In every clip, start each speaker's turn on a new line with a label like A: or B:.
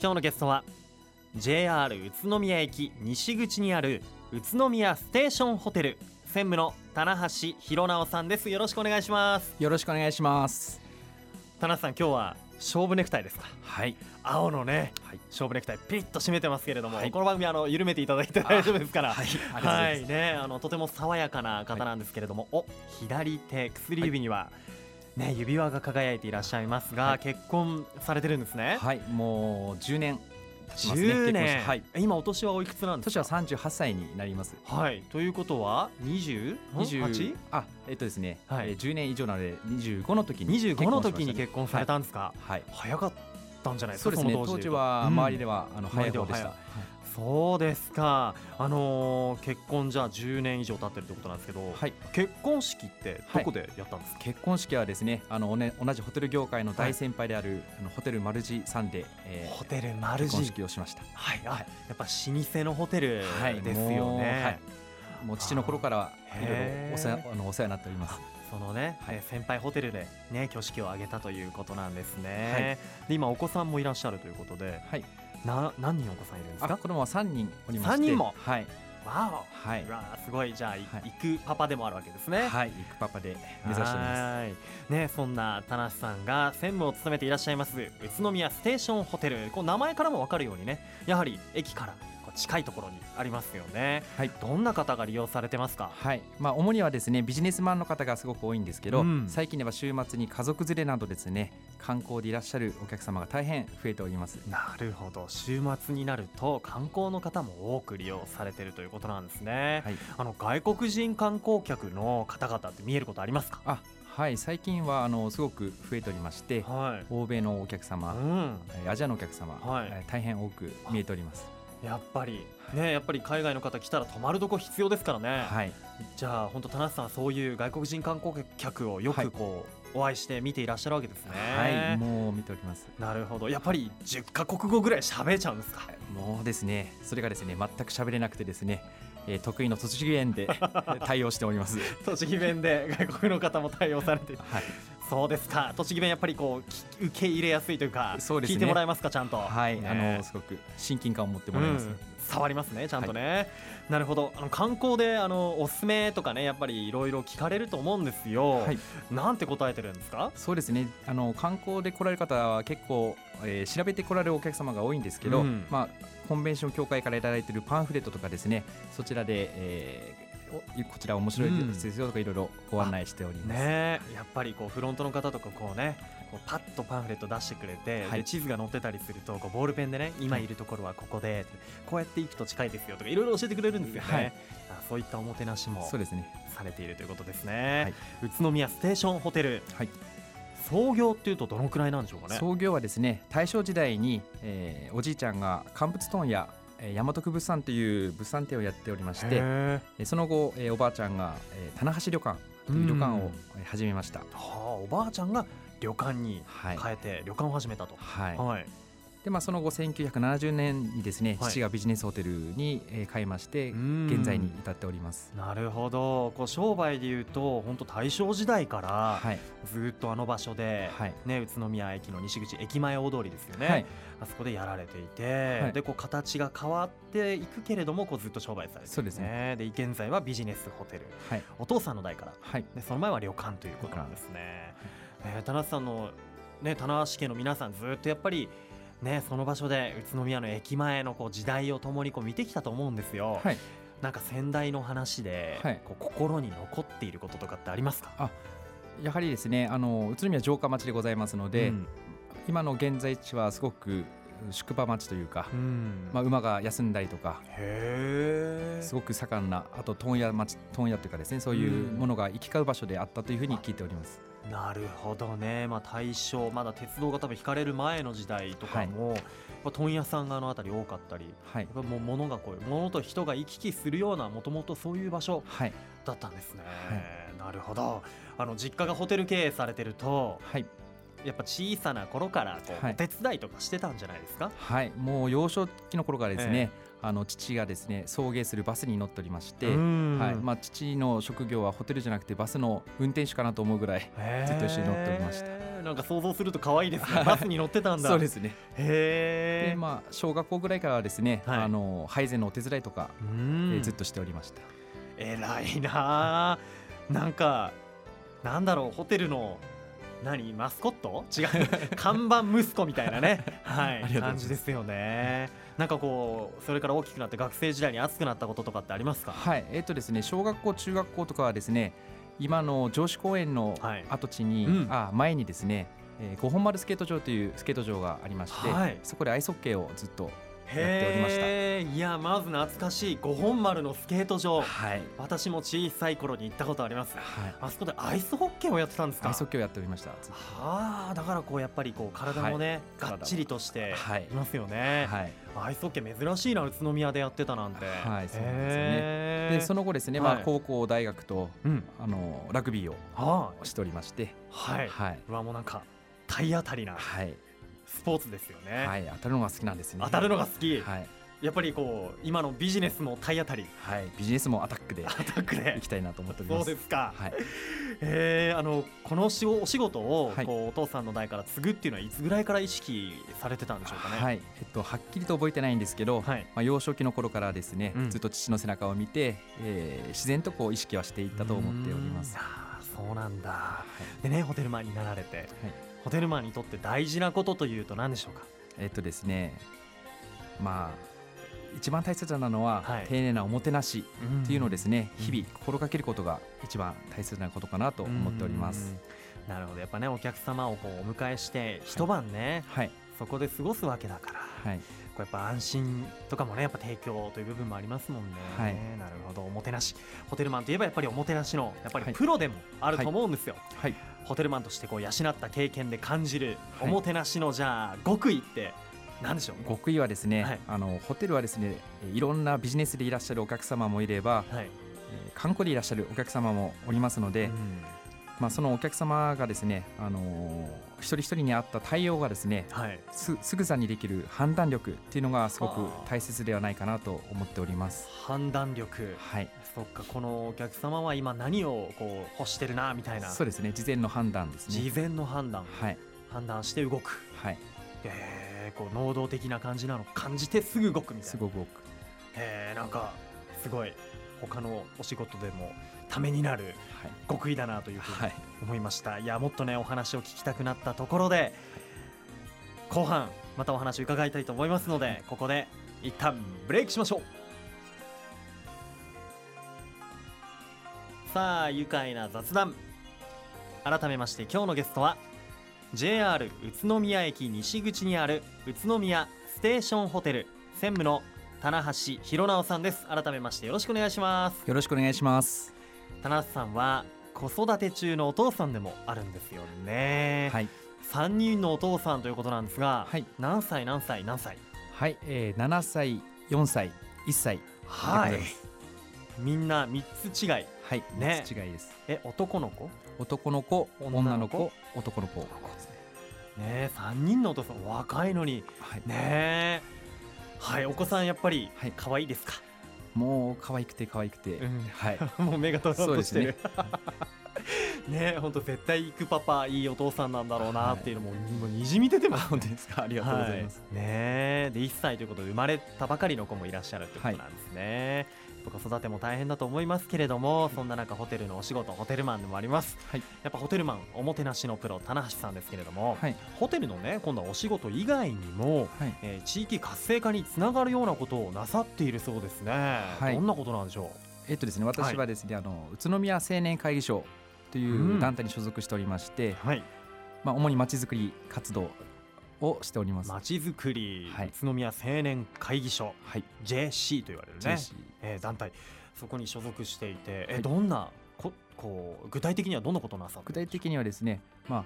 A: 今日のゲストは JR 宇都宮駅西口にある宇都宮ステーションホテル専務の棚橋弘直さんですよろしくお願いします
B: よろしくお願いします。
A: 棚橋さん今日は勝負ネクタイですか
B: はい。
A: 青のね、
B: はい
A: 勝負ネクタイピリッと締めてますけれども、
B: はい
A: この番組あの緩めていただいて大丈夫ですから
B: はい。ありがとうご
A: は
B: ざい
A: い
B: ます。
A: ね、あのとても爽やかな方なんですけれども、お左手薬指には、ね、指輪が輝いていらっしゃいますが、
B: はい
A: 結婚されてるんですね。
B: はい、もう10年経ちますね。
A: 10
B: 結婚して
A: 年、
B: はい。
A: 今お年はおいくつなんです
B: 年
A: か
B: は38歳になります。
A: はいということは
B: 20
A: 2028?25
B: あ、えっとですね。
A: は
B: はいい。10年以上なので25の時に
A: の時に
B: 結婚
A: 結婚
B: しましたね
A: されたんですか、
B: はい。
A: 早かったんじゃないです
B: そ
A: か
B: うですね。
A: の当時
B: 当時は周りで
A: は、
B: はあの早い方で
A: 周
B: し
A: りでは
B: た。
A: うんそうですかあのー結婚じゃあ10年以上経ってるってことなんですけど、
B: はい。
A: 結婚式ってどこでやったんですか、
B: 結婚式はですね、あのおね同じホテル業界の大先輩である、あのホテルマルジさんで、え
A: ホテルマ
B: ー、
A: ル
B: 結婚
A: ジ
B: 式をしました。
A: はい、あやっぱ老舗のホテル
B: はい
A: ですよ
B: もう
A: ね。
B: はいもう父の頃からいろいろお世
A: へー
B: 話あのお世話になっております。
A: そのね、
B: はい
A: えー先輩ホテルでね挙式を挙げたということなんですね。で今お子さんもいらっしゃるということで、
B: はい。
A: な何人お子さんいるんです
B: あ、
A: か？
B: 子供は三人おりまして、
A: 三人も
B: はい
A: わ
B: は
A: お、
B: いう
A: わあすごいじゃあ、い
B: はい
A: 行くパパでもあるわけですね。
B: はい、行くパパで目指しています。
A: はーいね、そんな田無さんが専務を務めていらっしゃいます宇都宮ステーションホテルこう名前からも分かるようにねやはり駅からこう近いところにありますよね
B: はい。
A: どんな方が利用されてますか
B: はいまあ、主にはですねビジネスマンの方がすごく多いんですけど、
A: うん
B: 最近では週末に家族連れなどですね観光でいらっしゃるお客様が大変増えております
A: なるほど週末になると観光の方も多く利用されてるということなんですね、
B: はい
A: あの外国人観光客の方々って見えることありますか
B: あはい最近はあのすごく増えておりまして
A: はい
B: 欧米のお客
A: う
B: 様
A: ん、
B: えーアジアのお客様、
A: はい
B: えー大変多く見えております
A: やっぱりねやっぱり海外の方来たら泊まるとこ必要ですからね、
B: はい
A: じゃあ本当田中さんはそういう外国人観光客をよ
B: は
A: く
B: い
A: こう、お会いして見ていらっしゃるわけですね
B: はいもう見ております
A: なるほどやっぱり10カ国語ぐらい喋れちゃうんです か
B: もうですねそれがですね全く喋れなくてですね、えー得意の栃木園 で対応しております
A: 栃木弁で外国の方も対応されて
B: はい
A: そうですか栃木弁やっぱりこうき受け入れやすいというか
B: そうですね
A: 聞いてもらえますかちゃんと
B: はい、
A: ね
B: あのすごく親近感を持ってもらいます、
A: うん触りますねちゃんとね、なるほどあの観光であのおすすめとかねやっぱりいろいろ聞かれると思うんですよ、
B: はい、
A: なんて答えてるんですか
B: そうですねあの観光で来られる方は結構、えー調べて来られるお客様が多いんですけど、
A: うん
B: まあ、コンベンション協会からいただいているパンフレットとかですねそちらで、えーおこちら面白いですよとかいろいろご案内しております、
A: ねえやっぱりこうフロントの方とかこうねこうパッとパンフレット出してくれて、
B: はい
A: で地図が載ってたりするとこうボールペンでね今いるところはここでってこうやって行くと近いですよとかいろいろ教えてくれるんですよね、
B: はい
A: あそういったおもてなしも
B: そうですね
A: されているということですね、
B: は
A: 宇
B: い
A: 都宮ステーションホテル
B: はい
A: 創業っていうとどのくらいなんでしょうかね
B: 創業はですね大正時代に、えーおじいちゃんが乾物問屋えー大和物産という物産店をやっておりまし
A: へ
B: て
A: え
B: えーその後、えーおばあちゃんが、えー、棚橋旅館という旅館
A: う
B: を
A: ん
B: えー始めました、
A: はあおばあちゃんが旅館に
B: はい
A: 変えて旅館を始めたと、
B: はい
A: はい
B: でまあ、その後1970年にですね、
A: はい
B: 父がビジネスホテルにえー変えまして
A: うん
B: 現在に至っております、
A: なるほどこう商売でいうと本当大正時代から、
B: はい
A: ずっとあの場所で、
B: はい
A: ね、宇都宮駅の西口駅前大通りですよね、
B: はい
A: あそこでやられていて、
B: はい
A: でこう形が変わっていくけれどもこうずっと商売されてるん
B: そうです
A: ねで現在はビジネスホテル
B: はい
A: お父さんの代から
B: はい
A: でその前は旅館ということなんですね、えー、田中さんの、ね、棚橋家の皆さんずっとやっぱりね、その場所で宇都宮の駅前のこう時代をともにこう見てきたと思うんですよ、
B: はい
A: なんか先代の話で、
B: はい
A: こう心に残っていることとかってありますか
B: やはりですねあの宇都宮城下町でございますので、
A: うん
B: 今の現在地はすごく宿場町というか、
A: うん
B: まあ、馬が休んだりとか
A: へえ
B: すごく盛んなあと問屋町問屋というかですねそういうものが行き交う場所であったというふうに聞いております、
A: なるほどね、まあ、大正まだ鉄道が多分引かれる前の時代とかも、やっぱ問屋さんがあの辺り多かったり
B: はい
A: やっぱもう物がこう物と人が行き来するようなもともとそういう場所
B: はい
A: だったんですね、なるほどあの実家がホテル経営されてると
B: はい
A: やっぱ小さな頃からこう、
B: はい
A: お手伝いとかしてたんじゃないですか
B: はいもう幼少期の頃からですね、あの父がですね送迎するバスに乗っておりまして、はいまあ、父の職業はホテルじゃなくてバスの運転手かなと思うぐらい
A: あ
B: ずっと一緒に乗っておりました
A: ねなんか想像すると可愛いです ねバスに乗ってたんだ
B: そうですね
A: へ
B: で
A: え、
B: まあ、小学校ぐらいからはですね、
A: はい
B: あの配膳のお手伝いとか、
A: う
B: え
A: ん
B: ーずっとしておりました
A: 偉いなあなんかなんだろうホテルの何マスコット違 う看板息子みたいなね、はい、
B: ありがとうございます
A: 感じですよねなんかこうそれから大きくなって学生時代に熱くなったこととかってありますか
B: はいえっ、とですね小学校中学校とかはですね今の上司公園の
A: はい
B: 跡地に、
A: うん
B: あ前にですね、えー、五本丸スケート場というスケート場がありまして、
A: はい
B: そこでアイスホッケーをずっとっておりました
A: へえいやまず懐かしい五本丸のスケート場
B: はい、
A: 私も小さい頃に行ったことあります
B: はい、
A: あそこでアイスホッケーをやってたんです
B: ア
A: か
B: イスホッケーをやっておりましたずっ
A: はあだからこうやっぱりこう体もね、
B: はい
A: がっちりとして
B: はい
A: いますよ
B: と
A: ね、
B: はい
A: アイスホッケー珍しいな宇都宮でやってたなんて
B: はいそうなんですよね
A: へえ
B: でその後ですね、
A: は
B: ま
A: い
B: あ、高校大学と
A: うん
B: あのラグビーを
A: はい
B: しておりまして
A: はい
B: はい、
A: うわもうなんか体当たりな
B: はい
A: スポーツですよね、
B: はい当たるのが好きなんですね
A: 当たるのが好き、
B: はい、
A: やっぱりこう今のビジネスも体当たり
B: はい、ビジネスもアタックで
A: アタック
B: い
A: で
B: きたいなと思っており
A: そ
B: ま
A: う
B: す
A: ですか、
B: はい、
A: えーあのこのしおお仕事を
B: はい
A: こうお父さんの代から継ぐっていうのはいつぐらいから意識されてたんでしょうかね。、
B: はいいえっと、はっきりと覚えてないんですけど、
A: はい
B: まあ、幼少期の頃からですね、
A: うん
B: ずっと父の背中を見て、えー自然とこう意識はしていったと思っております。は
A: あーそうなんだ
B: い
A: でねホテルマンになられて
B: はい
A: ホテルマンにとって大事なことというと何でしょうか
B: えっとですねまあ一番大切なのは、
A: はい
B: 丁寧なおもてなしっていうのをですね、
A: うん
B: 日々心がけることが一番大切なことかなと思っております。
A: うん。なるほどやっぱねお客様をこうお迎えして一晩ね、
B: はい、
A: そこで過ごすわけだから、
B: はい、
A: こうやっぱ安心とかもねやっぱ提供という部分もありますもんね、
B: はい
A: なるほどおもてなしホテルマンといえばやっぱりおもてなしのやっぱ
B: は
A: り
B: い
A: プロでもあると思うんですよ、
B: はい、
A: ホテルマンとしてこう養った経験で感じるお
B: はい
A: もてなしのじゃあ極意って何でしょう
B: 極意はですね、
A: はい
B: あのホテルはですね、いろんなビジネスでいらっしゃるお客様もいれば、
A: はい、
B: えー観光でいらっしゃるお客様もおりますので、
A: うん
B: まあ、そのお客様がですね、あのー一人一人に合った対応がですね
A: はい、
B: すすぐさにできる判断力っていうのがすごく
A: はあ
B: 大切ではないかなと思っております。
A: 判断力
B: はい、
A: そっかこのお客様は今何をこう欲してるなみたいな
B: そうですね事前の判断ですね。
A: 事前の判断
B: はい、
A: 判断して動く
B: はい、
A: えー、こう能動的な感じなの感じてすぐ動くみた
B: す
A: いな
B: ごく多く
A: えー、なんかすごい他のお仕事でもためになる
B: はい、
A: 極意だなというふう
B: は
A: に
B: い、
A: 思いました、い、やもっとねお話を聞きたくなったところで後半またお話を伺いたいと思いますのでここで一旦ブレイクしましょうさあ愉快な雑談改めまして今日のゲストは JR 宇都宮駅西口にある宇都宮ステーションホテル専務の棚橋弘直さんです改めましてよろしくお願いします
B: よろしくお願いします。
A: 田中さんは子育て中のお父さんでもあるんですよね、
B: はい、
A: 3人のお父さんということなんですが、
B: はい
A: 何歳何歳何歳
B: はい、えー、七歳、四歳、一歳でございます。
A: みんな3つ違い
B: はい、
A: ね
B: 三つ違いです。
A: え男の子ね
B: 男の子、
A: 女
B: 女
A: の
B: の
A: 子
B: 子、男の子ですね。
A: え3人のお父さん若いのに
B: はい、
A: ねえはいお子さんやっぱり
B: はい
A: 可愛いですか、
B: もう可愛くて可愛くて、
A: うん
B: はい、
A: もう目がとろっ
B: そう
A: と
B: で
A: し
B: す
A: て
B: ね
A: るね え本当絶対行くパパいいお父さんなんだろうなっていうのも,、もうにじみ出てますね、
B: 本当ですか、ありがとうございます。
A: はい、ねえで1歳ということで生まれたばかりの子もいらっしゃるということなんですね、子育ても大変だと思いますけれどもそんな中ホテルのお仕事ホテルマンでもあります、
B: はい
A: やっぱホテルマンおもてなしのプロ棚橋さんですけれども、
B: はい、
A: ホテルのね今度はお仕事以外にも、
B: はい
A: えー地域活性化につながるようなことをなさっているそうですね、
B: はい
A: どんなことなんでしょ
B: えっとですね、私はですね、あの宇都宮青年会議所と
A: う
B: い
A: ん
B: う団体に所属しておりまして、
A: うはい
B: まあ主にまちづくり活動をしております。
A: まちづくり、
B: はい
A: 宇都宮青年会議所
B: はい、
A: JC と言われるね
B: JC
A: えー団体そこに所属していて、え
B: はい
A: どんなここう具体的にはどんなことをなさって
B: 具
A: る
B: 体的にはですね、ま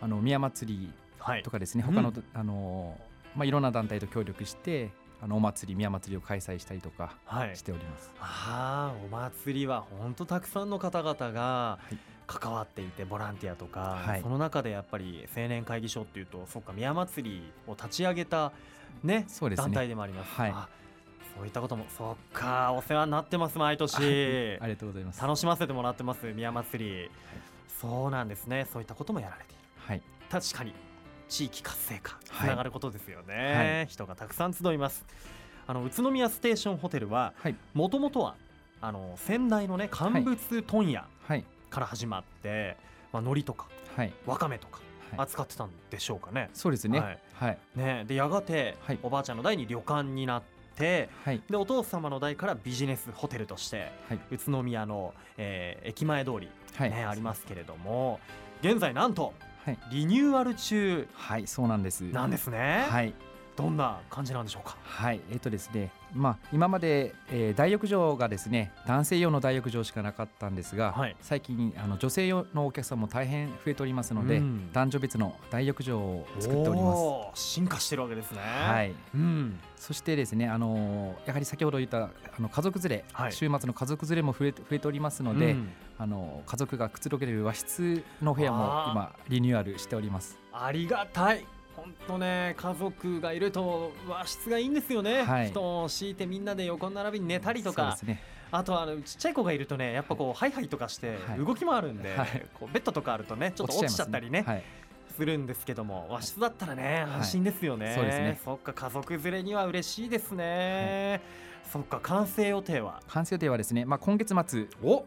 B: ああの宮祭り
A: はい
B: とかですね、
A: うん
B: 他の、あのまあいろんな団体と協力して、あのお祭り宮祭りを開催したりとか
A: はい
B: しております。
A: あーお祭りは本当たくさんの方々が
B: い
A: 関わっていてボランティアとか、
B: はい
A: その中でやっぱり青年会議所っていうとそっか宮祭りを立ち上げた、ね
B: そうですね
A: 団体でもあります、
B: はい
A: あそういったこともそっかお世話になってます毎年、
B: ありがとうございます。
A: 楽しませてもらってます宮祭り、そうなんですねそういったこともやられている
B: はい、
A: 確かに地域活性化つ
B: はい
A: ながることですよね、人がたくさん集いますあの宇都宮ステーションホテルは
B: はい
A: もともとはあの先代のね乾物問屋
B: はい
A: から始まって、まあ、海苔とか
B: はい
A: わかめとか
B: はい
A: 扱ってたんでしょうかね,、
B: そうですね
A: はい
B: はい
A: ねでやがて、
B: はい
A: おばあちゃんの代に旅館になって
B: はい
A: でお父様の代からビジネスホテルとして
B: はい
A: 宇都宮の、えー駅前通り、ね
B: はい
A: ありますけれども現在なんと
B: はい
A: リニューアル中
B: はいそうなんです
A: なんですね、
B: はい
A: どんな感じなんでしょうか
B: はい、えっ、とですね、まあ、今まで、えー大浴場がですね、男性用の大浴場しかなかったんですが、
A: はい
B: 最近あの女性用のお客さんも大変増えておりますので、
A: うん
B: 男女別の大浴場を作っております。
A: おー進化してるわけですね
B: は、い、
A: うん、
B: そしてですね、あのーやはり先ほど言ったあの家族連れ、
A: はい
B: 週末の家族連れも増え増えておりますので、
A: うん
B: あの家族がくつろげる和室の部屋も今リニューアルしております。
A: ありがたい本当ね家族がいると和室がいいんですよね、
B: はい
A: 布団を敷いてみんなで横並びに寝たりと
B: そう
A: か、
B: ですね。
A: あとはあのちっちゃい子がいるとねやっぱこうハイハイとかして
B: はい
A: 動きもあるんで、
B: はい
A: こうベッドとかあるとねちょっと落ちちゃったりね
B: 落ちちゃいますねはい
A: するんですけども和室だったらね安心ですよね、
B: そうですね
A: そっか家族連れには嬉しいですね、そっか完成予定は
B: 完成予定はですね、まあ、今月末を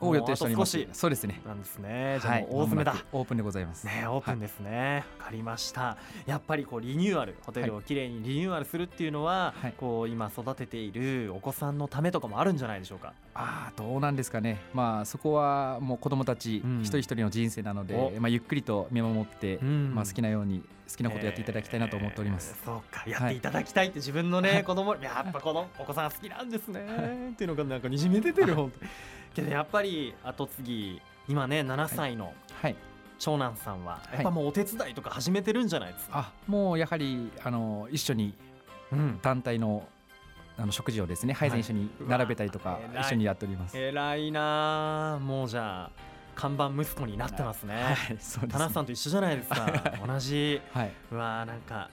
A: も
B: を
A: う
B: 予定しております
A: あと少し
B: そうですね
A: なんですねじゃあもう大詰め
B: は
A: だ
B: い、オープンでございます、
A: ね、オープンですね、わかりましたやっぱりこうリニューアルホテルをきれいにリニューアルするっていうのは、
B: はい
A: こう今育てているお子さんのためとかもあるんじゃないでしょうか
B: ああどうなんですかねまあそこはもう子供たち
A: うん
B: 一人一人の人生なので、
A: お
B: まあゆっくりと見守って、
A: うん
B: まあ好きなように好きなことやっていただきたいなと思っております、、
A: えーそうかやっていただきたいって自分のね、
B: はい
A: 子 供やっぱこのお子さん好きなんですね、っていうのがなんかにじみ出てる本当けどやっぱり後継ぎ今ね7歳の
B: はい
A: 長男さんは、
B: い
A: やっぱもうお手伝いとか始めてるんじゃないですか、
B: あもうやはりあの一緒に
A: うん
B: 団体のあの食事をですね配膳一緒に並べたりとか
A: うわー
B: 一緒にやっております、
A: 偉いなあもうじゃあ看板息子になってますね、
B: はいそうです
A: 田
B: ね
A: 中さんと一緒じゃないですか同じ
B: はいう
A: わーなんか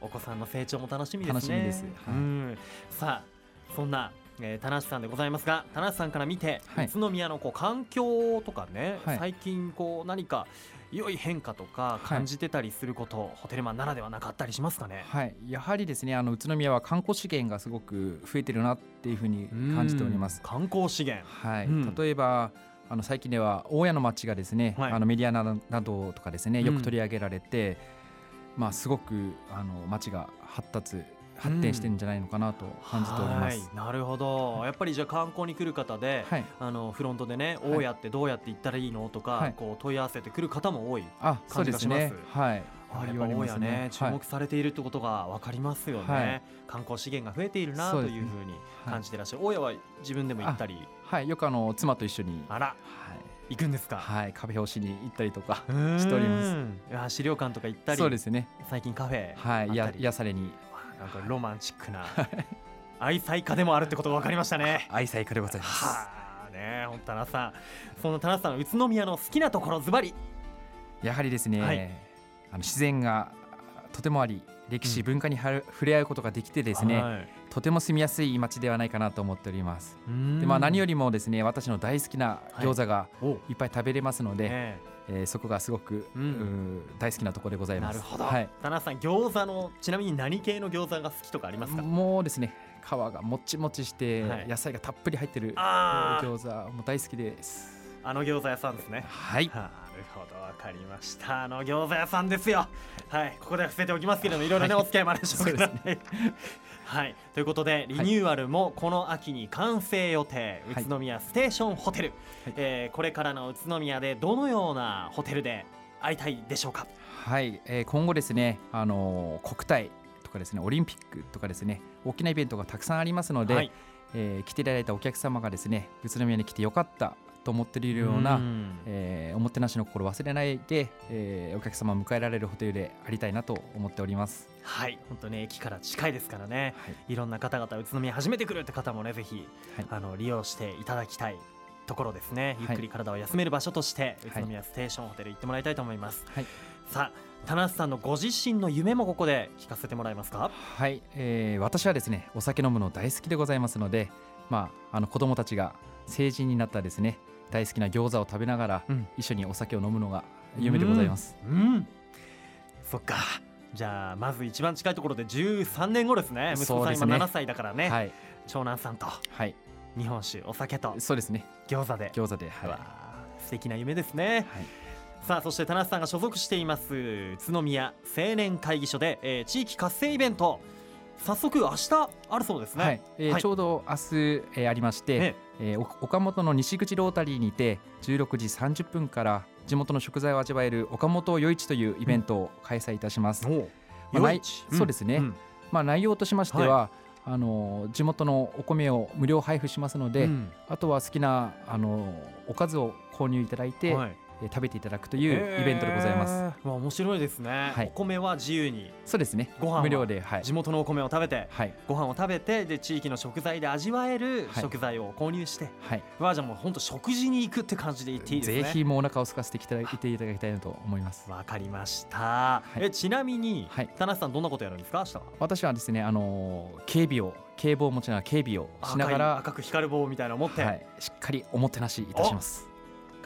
A: お子さんの成長も楽しみですね
B: 楽しみですはい
A: うんさあそんな、えー、田中さんでございますが田中さんから見て、
B: はい
A: 宇都宮のこう環境とかね、
B: はい
A: 最近こう何か良い変化とか感じてたりすること、ホテルマンならではなかったりしますかね、
B: はい、やはりですねあの宇都宮は観光資源がすごく増えてるなっていうふうに感じております
A: うん。観光資源
B: はい、
A: うん
B: 例えばあの最近では大家の町がですね、
A: はい
B: あのメディアなどなどとかですねよ
A: うん
B: く取り上げられて、まあ、すごくあの町が発達発展してるんじゃないのかなと感じております。
A: はいなるほどやっぱりじゃあ観光に来る方で、
B: はい
A: あのフロントでね、
B: はい
A: 大家ってどうやって行ったらいいのとか、
B: はい
A: こう問い合わせてくる方も多い。
B: あそうです
A: 感
B: ね
A: じがしま
B: はい
A: あやっ
B: 言
A: ぱ
B: われ
A: 大
B: ま
A: 家
B: す
A: ね注
B: はい
A: 目されているってことが分かりますよね、
B: はい
A: 観光資源が増えているな
B: そ
A: と
B: うです
A: い
B: ね
A: うふうに感じてらっしゃる、大家は自分でも行ったり
B: はい、よくあの妻と一緒に、
A: あら
B: はい
A: 行くんですか、
B: はい、カフェをしに行ったりとか
A: うーん
B: しております
A: いや資料館とか行ったり
B: そうですね、
A: 最近カフェ
B: はい、
A: あっ
B: や
A: たり
B: 癒されに
A: なんかロマンチックな愛妻家でもあるってことが分かりましたね。
B: 愛妻家でございます。
A: はあね本田さんその田中さん宇都宮の好きなところズバリ
B: やはりですね、
A: はい
B: あの自然がとてもあり歴史
A: うん
B: 文化にはる触れ合うことができてですね、
A: はい
B: とても住みやすい町ではないかなと思っておりますで、まあ、何よりもですね私の大好きな餃子が
A: お
B: いっぱい食べれますので、
A: え
B: えーそこがすごく、
A: うん
B: うー大好きなところでござ
A: え
B: いま
A: な
B: す
A: るほど、
B: はい、
A: 田中さん餃子のちなみに何系の餃子が好きとかありますか
B: もうですね皮がもちもちして
A: はい
B: 野菜がたっぷり入ってる
A: あー
B: 餃子も大好きです
A: あの餃子屋さんですね
B: はい
A: なるほどわかりましたあの餃子屋さんですよはいここでは伏せておきますけれどもいろいろね、
B: はい
A: お付き合いもあるでしょうから
B: そう
A: ね はいということでリニューアルもこの秋に完成予定、
B: はい
A: 宇都宮ステーションホテル、
B: はい
A: えーこれからの宇都宮でどのようなホテルで会いたいでしょうか
B: はい、えー今後ですね、あのー国体とかですね、オリンピックとかですね、大きなイベントがたくさんありますので、
A: はい
B: えー来ていただいたお客様がですね、宇都宮に来てよかったと思っているような、
A: ん
B: えーおもてなしの心を忘れないで、えーお客様を迎えられるホテルでありたいなと思っております。
A: はい本当に駅から近いですからね
B: はい、
A: いろんな方々宇都宮初めて来るって方もねぜひ、
B: はい
A: あの利用していただきたいところですねゆ
B: はい
A: っくり体を休める場所として、
B: はい
A: 宇都宮ステーションホテル行ってもらいたいと思います、
B: はい
A: さあ田中さんのご自身の夢もここで聞かせてもらえますか
B: はい、えー私はですね、お酒飲むの大好きでございますので、まああの子供たちが成人になったですね、大好きな餃子を食べながら、
A: うん
B: 一緒にお酒を飲むのが夢でございます。
A: うんそっかじゃあまず一番近いところで13年後ですね息子
B: そう
A: さん
B: です
A: 今
B: ね
A: 7歳だからね、
B: はい、
A: 長男さんと
B: はい、
A: 日本酒お酒と
B: そうですね
A: 餃子で
B: 餃子ではい、
A: わ
B: は
A: あ素敵な夢ですね
B: い、
A: さあそして田中さんが所属しています宇都宮青年会議所で、えー地域活性イベント早速明日あるそうですね、
B: はいえー
A: はい
B: ちょうど明日、えーありまして、
A: ね
B: えーお岡本の西口ロータリーにて16時30分から地元の食材を味わえる岡本夜市というイベントを開催いたします、
A: おう
B: まあ
A: 夜
B: ない
A: 市
B: そうですね
A: ん
B: まあ、内容としましては、あのー地元のお米を無料配布しますので、
A: うん
B: あとは好きなあのーおかずを購入いただいて、
A: はい
B: えー食べていただくというイベントでございます。
A: へーわあ面白いですね、
B: はい
A: お米は自由に
B: そうですね
A: ご飯は
B: 無料で、はい
A: 地元のお米を食べて
B: はい
A: ご飯を食べてで地域の食材で味わえる
B: はい
A: 食材を購入して、
B: はい
A: わあじゃあもう本当食事に行くって感じで行っていいですね
B: ぜひもうお腹を空かせてきていただきたいなと思います。
A: わかりました、
B: い
A: えちなみに、
B: はい
A: 田中さんどんなことやるんですか明日は
B: 私はですね、あのー警備を警棒を持ちながら警備をしながら、
A: 赤い赤く光る棒みたいなのを持って、
B: はい、しっかりおもてなしいたします。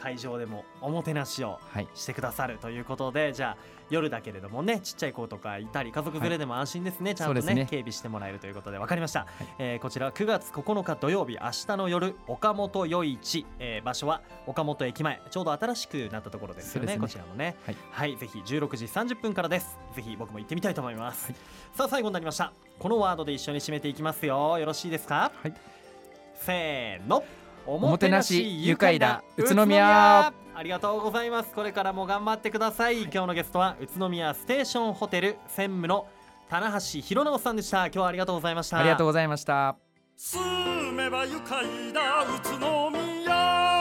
A: 会場でもおもてなしを
B: はい、
A: してくださるということでじゃあ夜だけれどもねちっちゃい子とかいたり家族連れでも安心ですね、ちゃんとね
B: そうですね
A: 警備してもらえるということで分かりました、えーこちらは9月9日土曜日明日の夜岡本余市、えー場所は岡本駅前ちょうど新しくなったところですよね
B: そう
A: こ
B: です
A: ち
B: ね
A: らもね
B: はい
A: ぜひ16時30分からですぜひ僕も行ってみたいと思います、
B: はい
A: さあ最後になりましたこのワードで一緒に締めていきますよよろしいですか
B: はい、
A: せーのお
B: もてなし愉快だ宇都宮
A: ありがとうございますこれからも頑張ってください、今日のゲストは宇都宮ステーションホテル専務の棚橋弘直さんでした今日はありがとうございました
B: ありがとうございました。
C: 住めば愉快だ宇都宮